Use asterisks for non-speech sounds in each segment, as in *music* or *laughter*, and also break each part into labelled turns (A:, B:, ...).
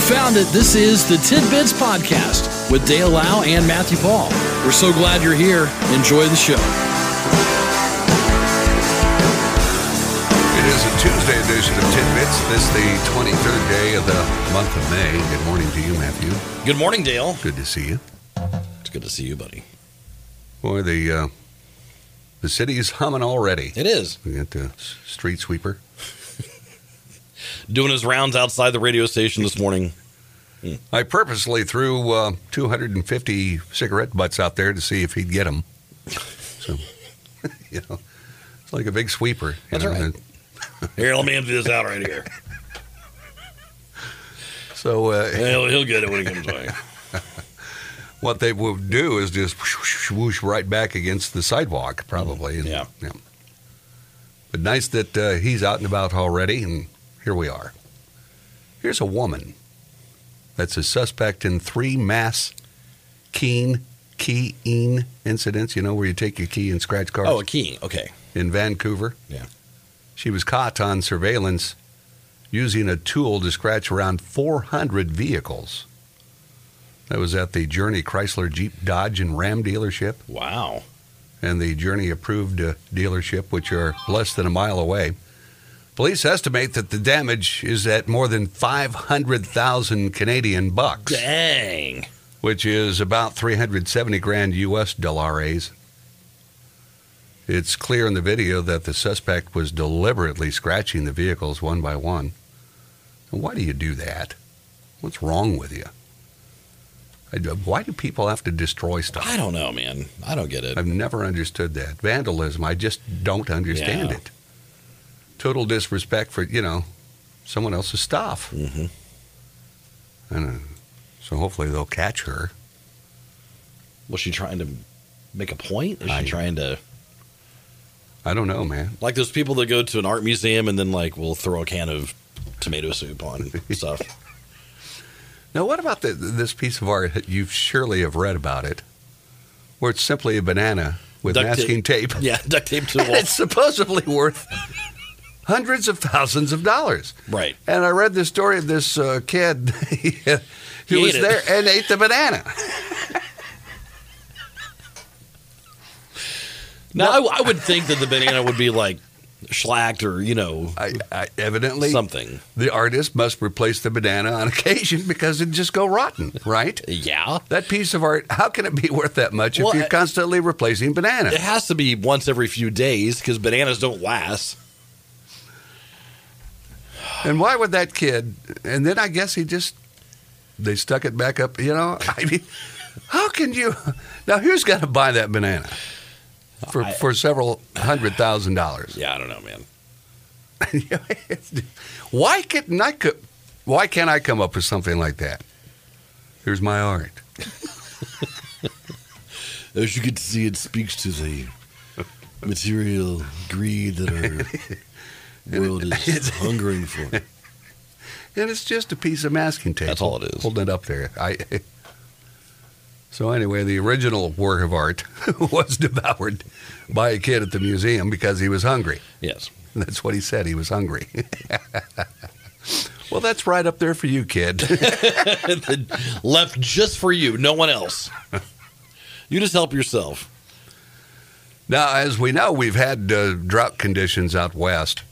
A: found it. This is the Tidbits Podcast with Dale Lau and Matthew Paul. We're so glad you're here. Enjoy the show.
B: It is a Tuesday edition of Tidbits. This the 23rd day of the month of May. Good morning to you, Matthew.
A: Good morning, Dale.
B: Good to see you.
A: It's good to see you, buddy.
B: Boy, the uh, the city is humming already.
A: It is.
B: We got the s- street sweeper.
A: Doing his rounds outside the radio station this *laughs* morning.
B: I purposely threw uh, 250 cigarette butts out there to see if he'd get them. So, *laughs* you know, it's like a big sweeper. you
A: That's
B: know,
A: right.
B: and
A: Here, let me empty this out right here.
B: So, uh,
A: He'll, he'll get it when he comes by.
B: what they would do is just whoosh, whoosh, whoosh right back against the sidewalk, probably. and-
A: Yeah.
B: But nice that uh, he's out and about already, and here we are. Here's a woman that's a suspect in three mass keen keying incidents. You know where you take your key and scratch cars
A: *laughs* Oh, a key. Okay.
B: in Vancouver.
A: Yeah.
B: She was caught on surveillance using a tool to scratch around 400 vehicles. That was at the Journey Chrysler Jeep Dodge and Ram dealership
A: Wow.
B: and the Journey approved uh, dealership, which are less than a mile away. Police estimate that the damage is at more than 500,000 Canadian bucks,
A: Dang.
B: which is about 370 grand US dollars. It's clear in the video that the suspect was deliberately scratching the vehicles one by one. And why do you do that? What's wrong with you? I- Why do people have to destroy stuff?
A: I don't know, man. I don't get it.
B: I've never understood that. Vandalism, I just don't understand
A: Yeah.
B: it. Total disrespect for, you know, someone else's stuff.
A: Mm-hmm.
B: I don't know. So hopefully they'll catch her.
A: Was she trying to make a point? Is she
B: I-
A: trying to
B: I don't know, man.
A: Like those people that go to an art museum and then like will throw a can of tomato soup *laughs* on stuff.
B: Now, what about the, this piece of art? You surely have read about it, where it's simply a banana with
A: Duct tape.
B: masking tape. *laughs*
A: Yeah, duct tape to the
B: And
A: *laughs* wall.
B: it's supposedly worth hundreds of thousands of dollars.
A: Right.
B: And I read the story of this uh, kid *laughs* who
A: He
B: was
A: ate it.
B: there and ate the banana.
A: Now I, I would think that the banana would be like schlacked or you know
B: I, I, evidently,
A: something.
B: the artist must replace the banana on *laughs* occasion because it'd just go rotten, right?
A: Yeah,
B: That piece of art, how can it be worth that much
A: Well,
B: if you're
A: I-
B: constantly replacing banana?
A: it has to be once every few days because bananas don't last.
B: And why would that kid? And then I guess he just they stuck it back up. You know, *laughs* I mean, how can you? Now who's going to buy that banana for
A: I-
B: for several hundred thousand dollars? *laughs*
A: Yeah, I don't know, man.
B: why couldn't I? co- Why can't I come up with something like that? Here's my art.
C: As you can see, it speaks to the material greed that our
A: *laughs*
C: world is hungering for.
B: And it's just a piece of masking tape.
A: That's all it is.
B: Holding it up there. I. *laughs* So anyway, the original work of art *laughs* was devoured by a kid at the museum because he was hungry.
A: Yes, *laughs*
B: *laughs* That's what he said. He was hungry. *laughs* well, that's right up there for you, kid. *laughs*
A: left just for you, no
B: *laughs*
A: one else. You just help yourself.
B: now, as we know, we've had uh, drought conditions out west.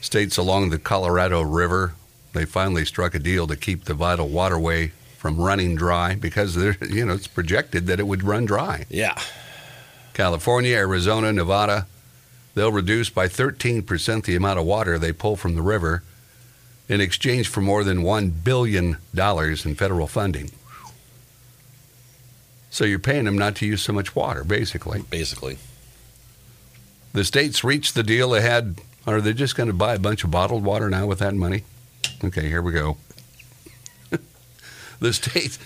B: States along the Colorado River, they finally struck a deal to keep the vital waterway from running dry because they're, *laughs* you know it's projected that it would run dry.
A: Yeah,
B: California, Arizona, Nevada, they'll reduce by 13% the amount of water they pull from the river in exchange for more than $1 billion in federal funding. So you're paying them not to use so much water, basically.
A: basically.
B: The states reached the deal ahead. Are they just going to buy a bunch of bottled water now with that money? Okay, here we go. *laughs* the states,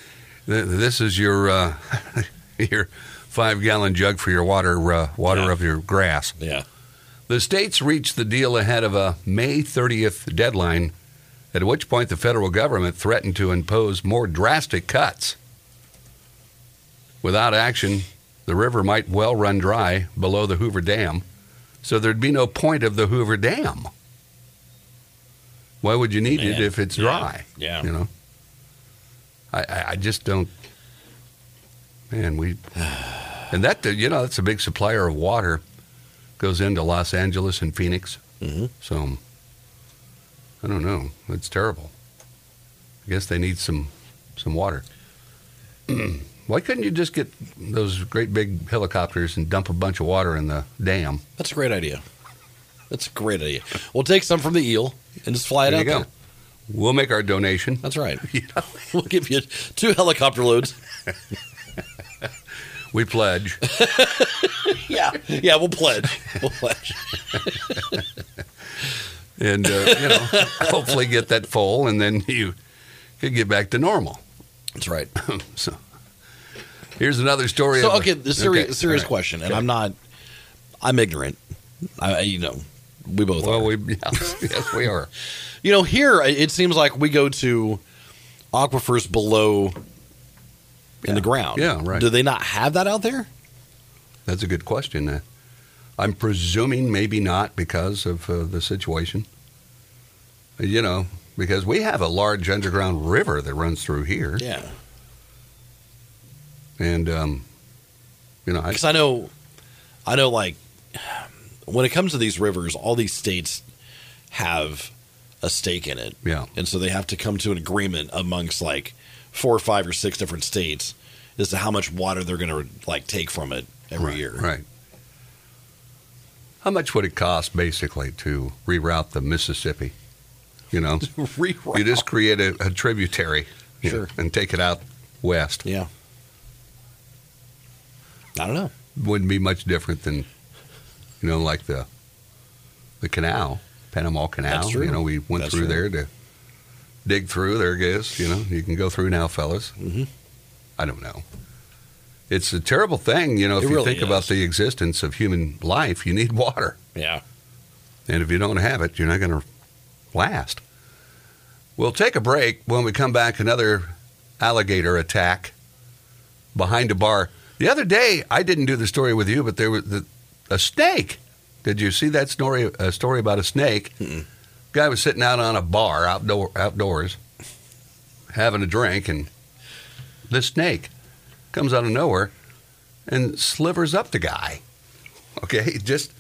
B: th- this is your uh, *laughs* your five gallon jug for your water uh, water
A: Yeah.
B: of your grass.
A: Yeah,
B: The states reached the deal ahead of a May 30th deadline, at which point the federal government threatened to impose more drastic cuts. Without action, the river might well run dry below the Hoover Dam, so there'd be no point of the Hoover Dam. Why would you need it
A: Man,
B: if it's
A: yeah,
B: dry?
A: yeah.
B: You know. I, I, I just don't. Man, we *sighs* and that you know that's a big supplier of water goes into Los Angeles and Phoenix.
A: Mhm.
B: So I don't know. It's terrible. I guess they need some some water. *clears throat* Why couldn't you just get those great big helicopters and dump a bunch of water in the dam?
A: That's a great idea. That's a great idea. We'll take some from the eel and just fly it
B: There
A: out
B: you go.
A: there.
B: We'll make our donation.
A: That's right.
B: *laughs* You know,
A: *laughs* We'll give you two
B: *laughs*
A: helicopter loads.
B: we pledge.
A: Yeah, yeah.
B: *laughs*
A: We'll pledge. We'll pledge.
B: and uh, you
A: *laughs*
B: know, hopefully get that full, and then you could get back to normal. *laughs*
A: That's right.
B: so here's another story.
A: So
B: of a-
A: okay, the serious,
B: okay,
A: serious
B: all right.
A: question, and I'm not. I'm ignorant. I, I- you know, we both are.
B: Well, we *laughs* yes, yes we
A: *laughs*
B: are.
A: You know, here i- it seems like we go to aquifers below in the ground.
B: Yeah, right.
A: Do they not have that out there?
B: That's a good question. Uh, I'm presuming maybe not because of uh, the situation. You know, because we have a large underground river that runs through here,
A: Yeah,
B: and um, you know, I,
A: because I know, I know. Like when it comes to these rivers, all these states have a stake in it,
B: yeah,
A: and so they have to come to an agreement amongst like four or five or six different states as to how much water they're going to like take from it every
B: right,
A: year.
B: right. How much would it cost basically to reroute the Mississippi? You know,
A: *laughs* Reroute.
B: you just create a, a tributary, you know,
A: Sure.
B: and take it out west.
A: Yeah. I don't know.
B: wouldn't be much different than you know like the the canal panama canal
A: That's true.
B: you know we went
A: That's
B: through
A: true.
B: there to dig through there it is you know you can go through now fellas
A: Mhm.
B: i don't know it's a terrible thing you know if
A: It
B: you
A: really
B: think about
A: is.
B: the existence of human life you need water
A: Yeah.
B: and if you don't have it you're not going to last we'll take a break when we come back another alligator attack behind a bar. The other day, I didn't do the story with you, but there was the, a snake. Did you see that story? A story about a snake. Guy was sitting out on a bar outdoor outdoors, having a drink, and this snake comes out of nowhere and slivers up the guy. *laughs* Okay, just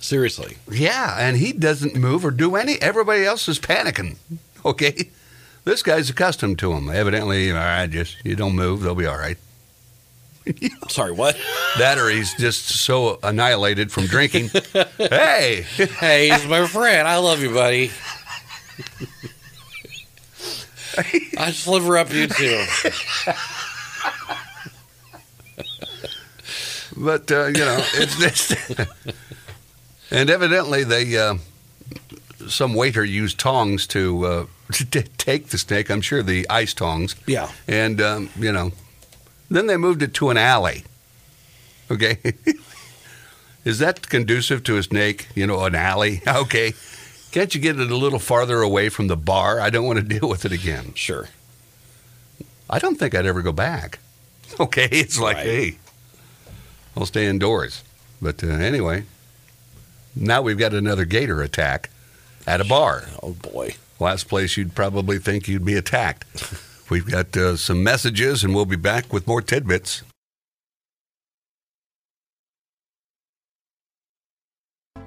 A: Seriously.
B: yeah, and he doesn't move or do any. Everybody else is panicking. *laughs* Okay, this guy's accustomed to him. Evidently, all right, just you don't move, they'll be all right.
A: Sorry, what?
B: That or he's just so annihilated from drinking. hey,
A: hey, he's my friend. I love you, *laughs* buddy. I sliver up you too.
B: but uh, you know it's *laughs* this. and evidently, they uh, some waiter used tongs to, uh, *laughs* to t- take the snake. I'm sure the ice tongs.
A: Yeah.
B: and um, you know, then they moved it to an alley. Okay, *laughs* is that conducive to a snake? You know, an alley. *laughs* Okay, can't you get it a little farther away from the bar? I don't want to *laughs* deal with it again.
A: Sure.
B: I don't think I'd ever go back. *laughs* Okay, it's like,
A: Right.
B: hey, I'll stay indoors. But uh, anyway, now we've got another gator attack at a bar.
A: Oh boy.
B: Last place you'd probably think you'd be attacked. We've got uh, some messages, and we'll be back with more tidbits.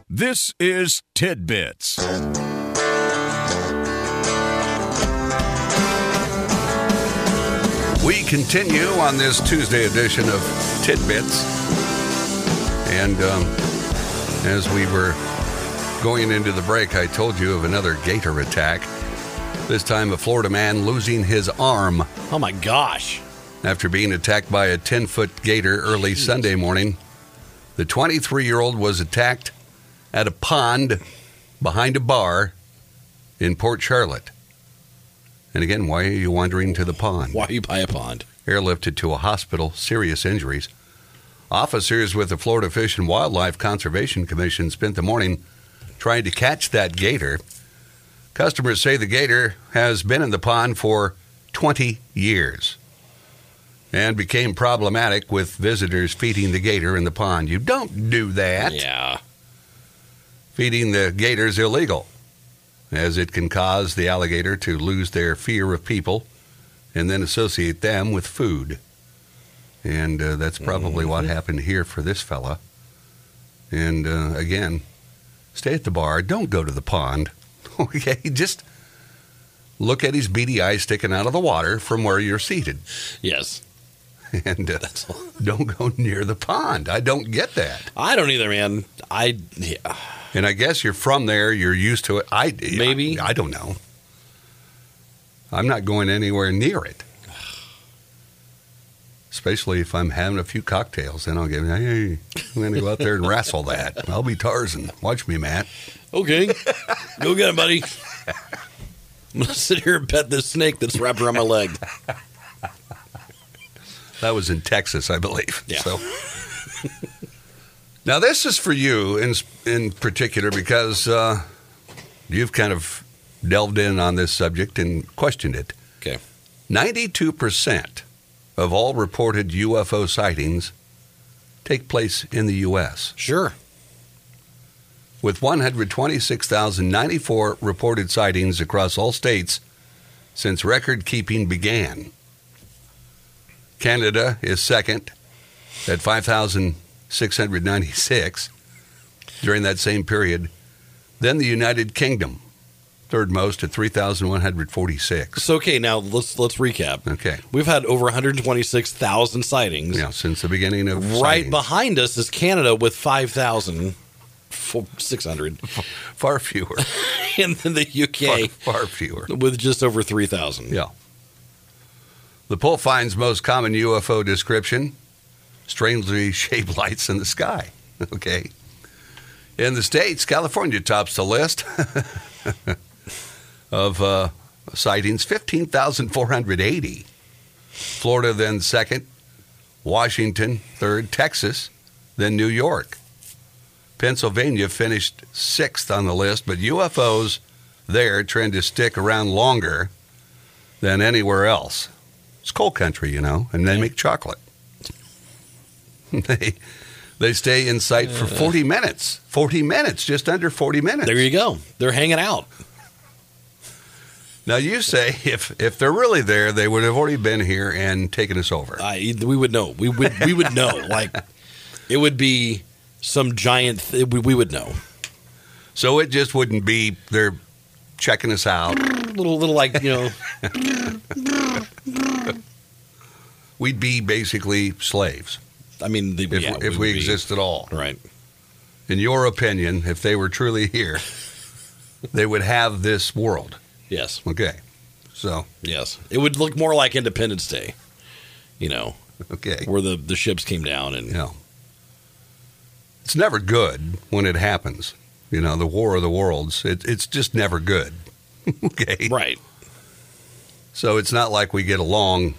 D: This is Tidbits.
B: We continue on this Tuesday edition of Tidbits. And um, as we were going into the break, I told you of another gator attack. This time, a Florida man losing his arm
A: Oh my gosh.
B: after being attacked by a 10 foot gator early Sunday morning. The 23 year old was attacked at a pond behind a bar in Port Charlotte. And again, why are you wandering to the pond?
A: Why are you by a pond?
B: airlifted to a hospital, serious injuries. Officers with the Florida Fish and Wildlife Conservation Commission spent the morning trying to catch that gator. Customers say the gator has been in the pond for 20 years and became problematic with visitors feeding the gator in the pond. You don't do that.
A: Yeah.
B: Feeding the gator is illegal, as it can cause the alligator to lose their fear of people and then associate them with food. And uh, that's probably what happened here for this fella. And uh, again, stay at the bar. Don't go to the pond. *laughs* Okay, just look at his beady eyes sticking out of the water from where you're seated, *laughs*
A: Yes.
B: and uh, don't go near the pond. I don't get that.
A: I don't either, man. I yeah.
B: And I guess you're from there. You're used to it. I
A: Maybe.
B: I, I don't know. I'm not going anywhere near it. Especially if I'm having a few cocktails, then I'll get hey, I'm gonna go out there and wrestle that. I'll be Tarzan. Watch me, Matt.
A: Okay. *laughs* Go get him, buddy. I'm gonna sit here and pet this snake that's wrapped around my leg.
B: That was in Texas, I believe.
A: Yeah.
B: So now this is for you in in particular because uh, you've kind of delved in on this subject and questioned it.
A: Okay.
B: Ninety-two percent of all reported UFO sightings take place in the U.S.
A: Sure.
B: with 126,094 reported sightings across all states since record keeping began. Canada is second at 5,696 during that same period. Then the United Kingdom, third most at 3,146.
A: So okay, now let's let's recap.
B: Okay.
A: We've had over 126,000 sightings.
B: Yeah, since the beginning of
A: Right
B: sightings.
A: behind us is Canada with 5,600,
B: far fewer,
A: *laughs* and then the
B: far,
A: UK
B: far fewer.
A: with just over 3,000.
B: Yeah. The poll finds most common UFO description strangely *laughs* shaped lights in the sky. *laughs* Okay. In the States, California tops the list *laughs* of uh, sightings 15,480. Florida, then second. Washington, third. Texas, then New York. Pennsylvania finished sixth on the list, but UFOs there tend to stick around longer than anywhere else. It's coal country, you know, and they make chocolate. *laughs* they, they stay in sight for 40 minutes. 40 minutes, just under 40 minutes.
A: There you go. They're hanging out.
B: now, you say if, if they're really there, they would have already been here and taken us over.
A: I we would know. We would we
B: *laughs*
A: would know. Like it would be some giant. Th- we, we would know.
B: So it just wouldn't be they're checking us out.
A: Little little like you know.
B: We'd be basically slaves
A: I mean, the,
B: if,
A: yeah,
B: if
A: would
B: we
A: be-
B: exist at all.
A: right?
B: In your opinion, if they were truly
A: *laughs*
B: here, they would have this world.
A: Yes,
B: Okay. So,
A: yes. It would look more like Independence Day. You know,
B: okay.
A: where the the ships came down and
B: You know, it's never good when it happens. You know, the war of the worlds. It, it's just never good. *laughs* okay.
A: right.
B: So it's not like we get along.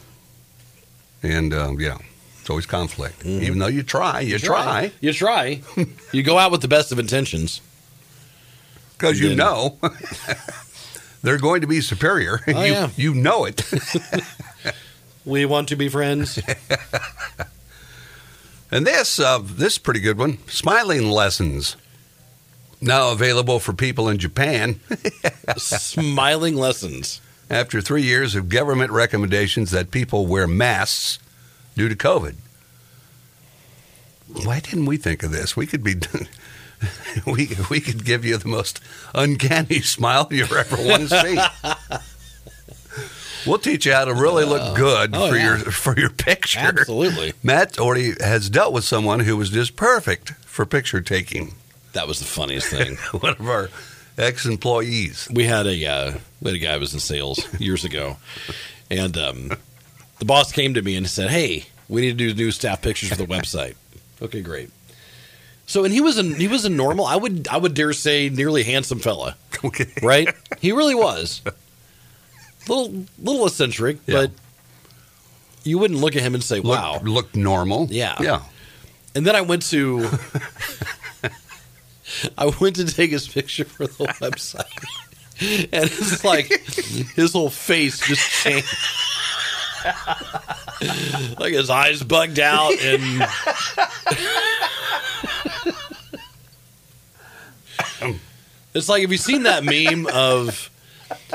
B: And um, yeah, it's always conflict.
A: Mm-hmm.
B: Even though you try, you try
A: You try. you go out with the best of intentions.
B: because you
A: Then-
B: know *laughs* they're going to be superior.
A: Oh,
B: you,
A: yeah.
B: you know it.
A: We want to
B: *laughs*
A: be friends.
B: And this, uh, this is a pretty good one. Smiling lessons, now available for people in Japan.
A: Smiling lessons.
B: after three years of government recommendations that people wear masks due to COVID. Why didn't we think of this? We could be. *laughs* We, we could give you the most uncanny *laughs* smile you ever want to see. we'll teach you how to really look good
A: oh,
B: for
A: yeah.
B: your *laughs* for your picture.
A: Absolutely.
B: Matt already has dealt with someone who was just perfect for picture taking. *laughs*
A: That was the funniest thing.
B: One of our ex employees.
A: we had a uh, we had a guy who was in sales years ago, and um, the boss came to me and said, "Hey, we need to do new staff pictures for the website." *laughs* okay, great. So, and he was a he was a normal, I would I would dare say, nearly handsome fella,
B: *laughs* Okay.
A: right? he really was. Little little eccentric,
B: Yeah.
A: but you wouldn't look at him and say,
B: Look,
A: "Wow."
B: looked normal.
A: Yeah.
B: Yeah.
A: And then I went to *laughs* I went to take his picture for the *laughs* website. And it's like his whole face just changed. *laughs* like his eyes bugged out and It's like have you seen that meme of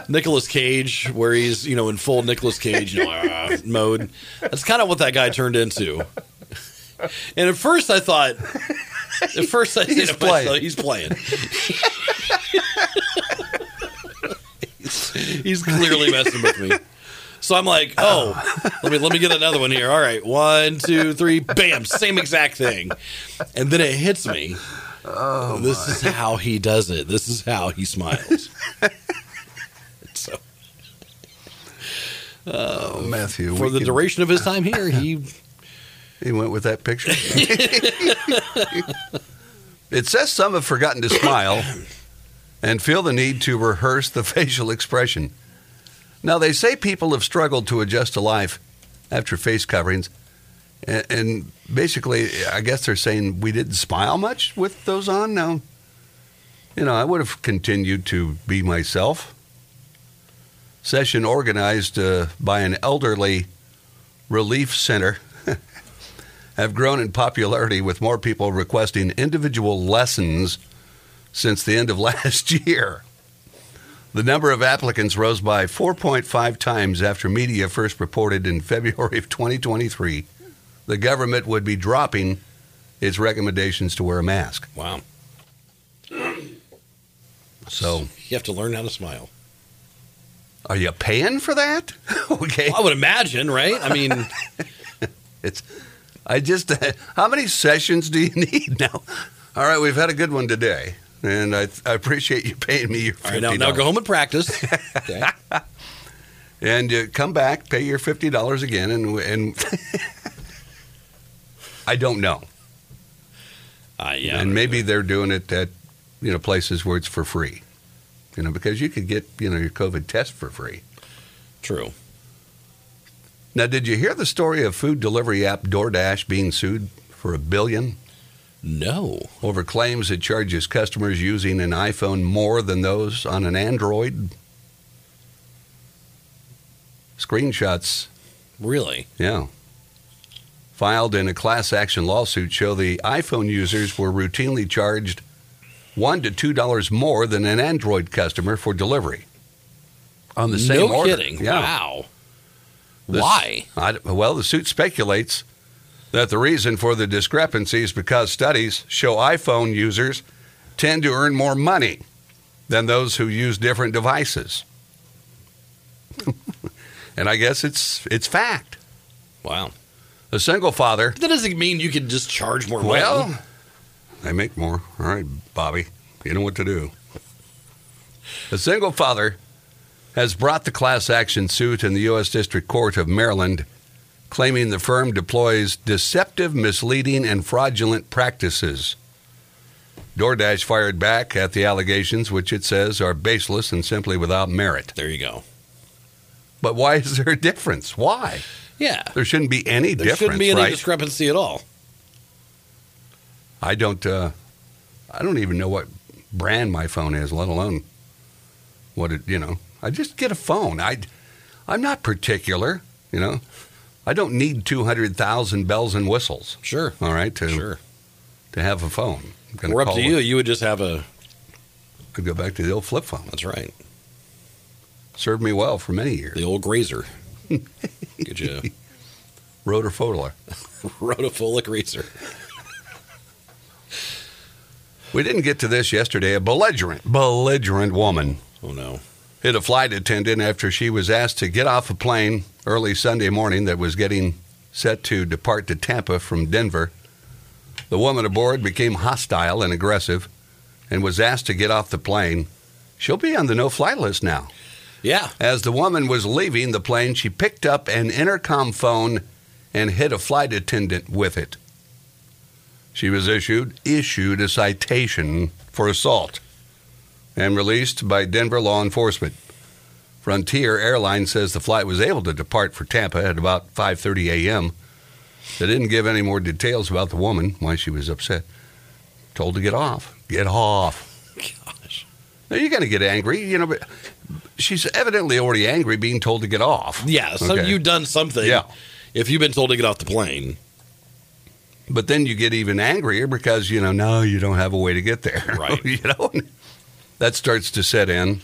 A: Nicholas Cage, where he's you know in full Nicholas Cage you know, ah, mode. That's kind of what that guy turned into. And at first, I thought, at first *laughs* I said
B: *laughs* He's
A: to myself,
B: playing.
A: he's playing. *laughs* he's, he's clearly messing with me. So I'm like, oh, let me let me get another one here. All right, one, two, three, bam, same exact thing. And then it hits me. Oh, this is how he does it. This is how he smiles. so
B: Oh, Matthew.
A: for
B: we
A: the
B: could-
A: duration of his time here, he
B: He went with that picture. it says some have forgotten to smile and feel the need to rehearse the *laughs* facial expression. Now, they say people have struggled to adjust to life after face coverings. And, and basically, I guess they're saying we didn't smile much with those on. Now, you know, I would have continued to be myself. Session organized uh, by an elderly relief center have grown in popularity with more people requesting individual lessons since the end of *laughs* last year. The number of applicants rose by 4.5 times after media first reported in February of 2023 the government would be dropping its recommendations to wear a mask.
A: wow.
B: So,
A: You have to learn how to smile.
B: are you paying for that? *laughs* okay.
A: I would imagine, right? I mean,
B: It's I just how many sessions do you *laughs* need now? All right, we've had a good one today, and I, I appreciate you paying me your
A: all
B: fifty
A: right, now, now go home and practice. Okay.
B: and uh, come back, pay your fifty dollars again, and and I don't know,
A: Uh, yeah.
B: and maybe they're doing it at you know places where it's for free, you know, because you could get you know your COVID test for free.
A: True.
B: Now, did you hear the story of food delivery app DoorDash being sued for a billion?
A: No.
B: over claims it charges customers using an iPhone more than those on an Android. Screenshots,
A: Really?
B: yeah, filed in a class action lawsuit show the iPhone users were routinely charged one to two dollars more than an Android customer for delivery on the same
A: no
B: order.
A: kidding.
B: Yeah.
A: Wow.
B: The-
A: Why?
B: I- well, the suit speculates that the reason for the discrepancy is because studies show iPhone users tend to earn more money than those who use different devices. *laughs* and I guess it's it's fact.
A: Wow.
B: A single father.
A: That doesn't mean you can just charge more money.
B: Well, they make more. All right, Bobby, you know what to do. A single father has brought the class action suit in the U.S. District Court of Maryland, claiming the firm deploys deceptive, misleading, and fraudulent practices. DoorDash fired back at the allegations, which it says are baseless and simply without merit.
A: There you go.
B: But why is there a difference? Why?
A: Yeah.
B: There shouldn't be any
A: There
B: difference,
A: shouldn't be any
B: right?
A: discrepancy at all.
B: I don't. Uh, I don't even know what brand my phone is, let alone what it. You know, I just get a phone. I, I'm not particular. You know, I don't need two hundred thousand bells and whistles.
A: Sure.
B: All right, to
A: Sure.
B: to have a phone. I'm gonna
A: We're up
B: call
A: to
B: it-
A: you. You would just have a.
B: I'd go back to the old flip phone.
A: That's right.
B: Served me well for many years.
A: The old grazer. Good job.
B: Rotor Fodler.
A: *laughs* Rotofola grazer.
B: We didn't get to this yesterday. A belligerent, belligerent woman
A: Oh, no.
B: hit a flight attendant after she was asked to get off a plane early Sunday morning that was getting set to depart to Tampa from Denver. The woman aboard became hostile and aggressive and was asked to get off the plane. She'll be on the no fly list now.
A: Yeah.
B: As the woman was leaving the plane, she picked up an intercom phone and hit a flight attendant with it. She was issued issued a citation for assault and released by Denver law enforcement. Frontier Airlines says the flight was able to depart for Tampa at about 5:30 a.m. They didn't give any more details about the woman why she was upset. Told to get off. Get off.
A: Gosh.
B: Now you're going to get angry, you know. But she's evidently already angry, being told to get off.
A: Yeah. So
B: Okay.
A: you've done something.
B: Yeah.
A: If you've been told to get off the plane.
B: But then you get even angrier because you know now you *laughs* don't have a way to get there.
A: Right.
B: you know that starts to set in,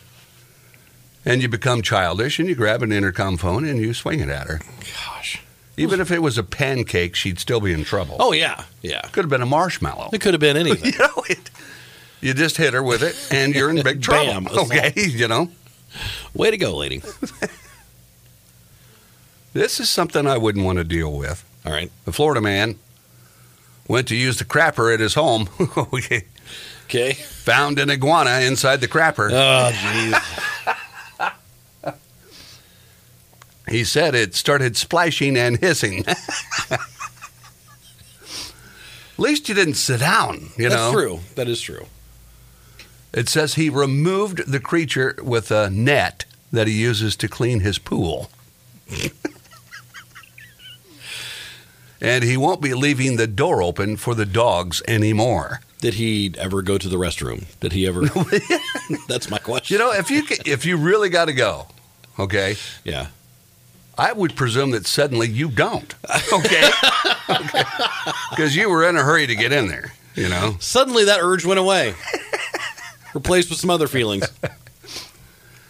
B: And you become childish and you grab an intercom phone and you swing it at her.
A: Gosh.
B: Even if it was a pancake, she'd still be in trouble.
A: Oh yeah, yeah.
B: Could have been a marshmallow. *laughs*
A: It could have been anything.
B: you know, it, you just hit her with it and you're
A: *laughs*
B: in big trouble.
A: Bam, assault.
B: okay, you know.
A: Way to go, lady.
B: This is something I wouldn't want to deal with.
A: All right.
B: A Florida man went to use the crapper at his home. *laughs* Okay. *laughs*
A: Okay.
B: Found an iguana inside the crapper.
A: Oh jeez.
B: He said it started splashing and hissing. *laughs* At least you didn't sit down, you
A: That's
B: know.
A: true. That is true.
B: It says he removed the creature with a net that he uses to clean his pool. *laughs* and he won't be leaving the door open for the dogs anymore.
A: Did he ever go to the restroom? Did
B: *laughs*
A: he ever? That's my question.
B: You know, if you ca- if you really got to go, okay?
A: yeah.
B: I would presume that suddenly you don't. *laughs* Okay? Because you were in a hurry to get in there, you know?
A: Suddenly that urge went away. Replaced with some
B: *laughs*
A: other feelings.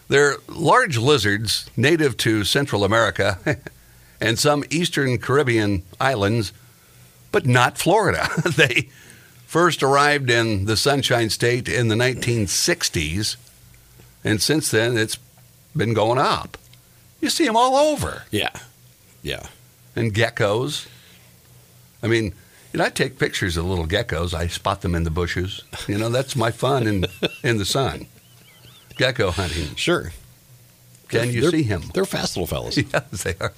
B: They're large lizards native to Central America *laughs* and some eastern Caribbean islands, but not Florida. *laughs* they first arrived in the Sunshine State in the 1960s, and since then it's been going up. You see them all over,
A: Yeah. Yeah.
B: and geckos. I mean, you know, I take pictures of little geckos. I spot them in the bushes. You know, that's my fun in, in the sun. Gecko hunting.
A: Sure.
B: Can you
A: They're-
B: see him? *laughs*
A: They're fast little fellas.
B: Yes, they are.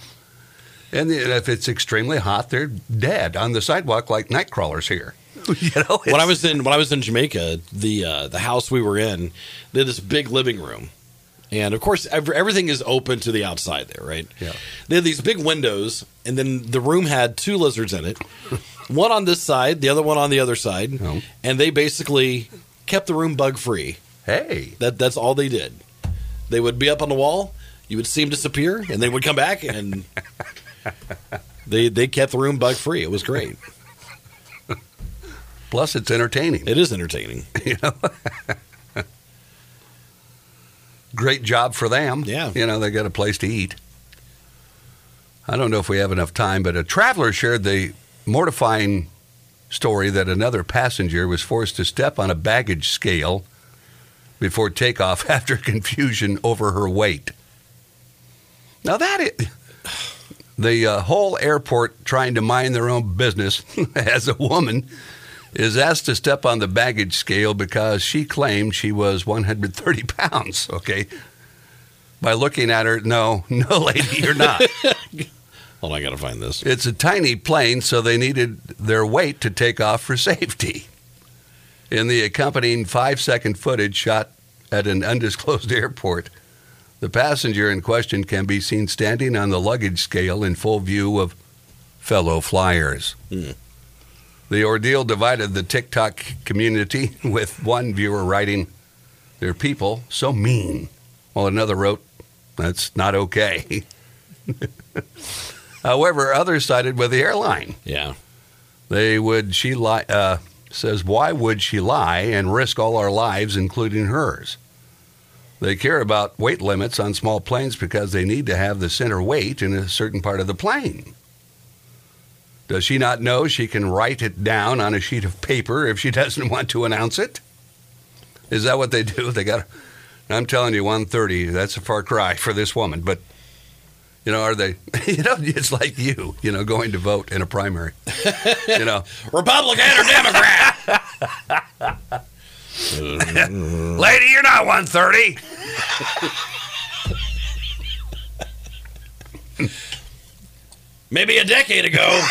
B: And the- if it's extremely hot, they're dead on the sidewalk like night crawlers here. *laughs* you know,
A: when I was in when I was in Jamaica, the uh, the house we were in, they had this big living room, and of course ev- everything is open to the outside there, right?
B: Yeah.
A: They had these big windows, and then the room had two lizards in it, one on this side, the other one on the other side,
B: Oh.
A: and they basically kept the room bug free.
B: hey,
A: That that's all they did. They would be up on the wall, you would see them disappear, and they would come back and. They, they kept the room bug free. It was great.
B: plus it's entertaining.
A: It is entertaining.
B: Great job for them.
A: Yeah.
B: You know, they got a place to eat. I don't know if we have enough time, but a traveler shared the mortifying story that another passenger was forced to step on a baggage scale before takeoff *laughs* after confusion over her weight. Now that it, the uh, whole airport trying to mind their own business *laughs* as a woman is asked to step on the baggage scale because she claimed she was 130 pounds. Okay. By looking at her, no, *laughs* no, lady, you're not.
A: Hold on, I got to find this.
B: It's a tiny plane, so they needed their weight to take off for *laughs* safety. In the accompanying five second footage shot at an undisclosed *laughs* airport, the passenger in question can be seen standing on the luggage scale in full view of fellow flyers.
A: Hmm.
B: The ordeal divided the TikTok community, *laughs* with one viewer writing, They're people so mean, while another wrote, That's not okay. *laughs* However, others sided with the airline.
A: Yeah.
B: They would she lie uh, says why would she lie and risk all our lives, including hers? They care about weight limits on small planes because they need to have the center weight in a certain part of the plane. Does she not know she can write it down on a sheet of paper if she *laughs* doesn't want to announce it? Is that what they do? They got. I'm telling you, 130. That's a far cry for this woman. But you know, are they? *laughs* You know, it's like you. You know, going to vote in a primary. you know,
A: Republican or Democrat? *laughs*
B: Lady, you're not 130.
A: Maybe a decade ago.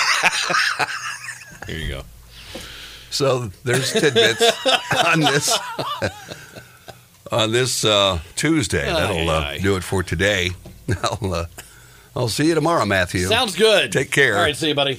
A: *laughs* Here you go.
B: So there's tidbits on this on this uh, Tuesday. That'll
A: Aye,
B: uh,
A: aye.
B: do it for today. *laughs* I'll uh, I'll see you tomorrow, Matthew.
A: Sounds good.
B: Take care.
A: All right, see you, buddy.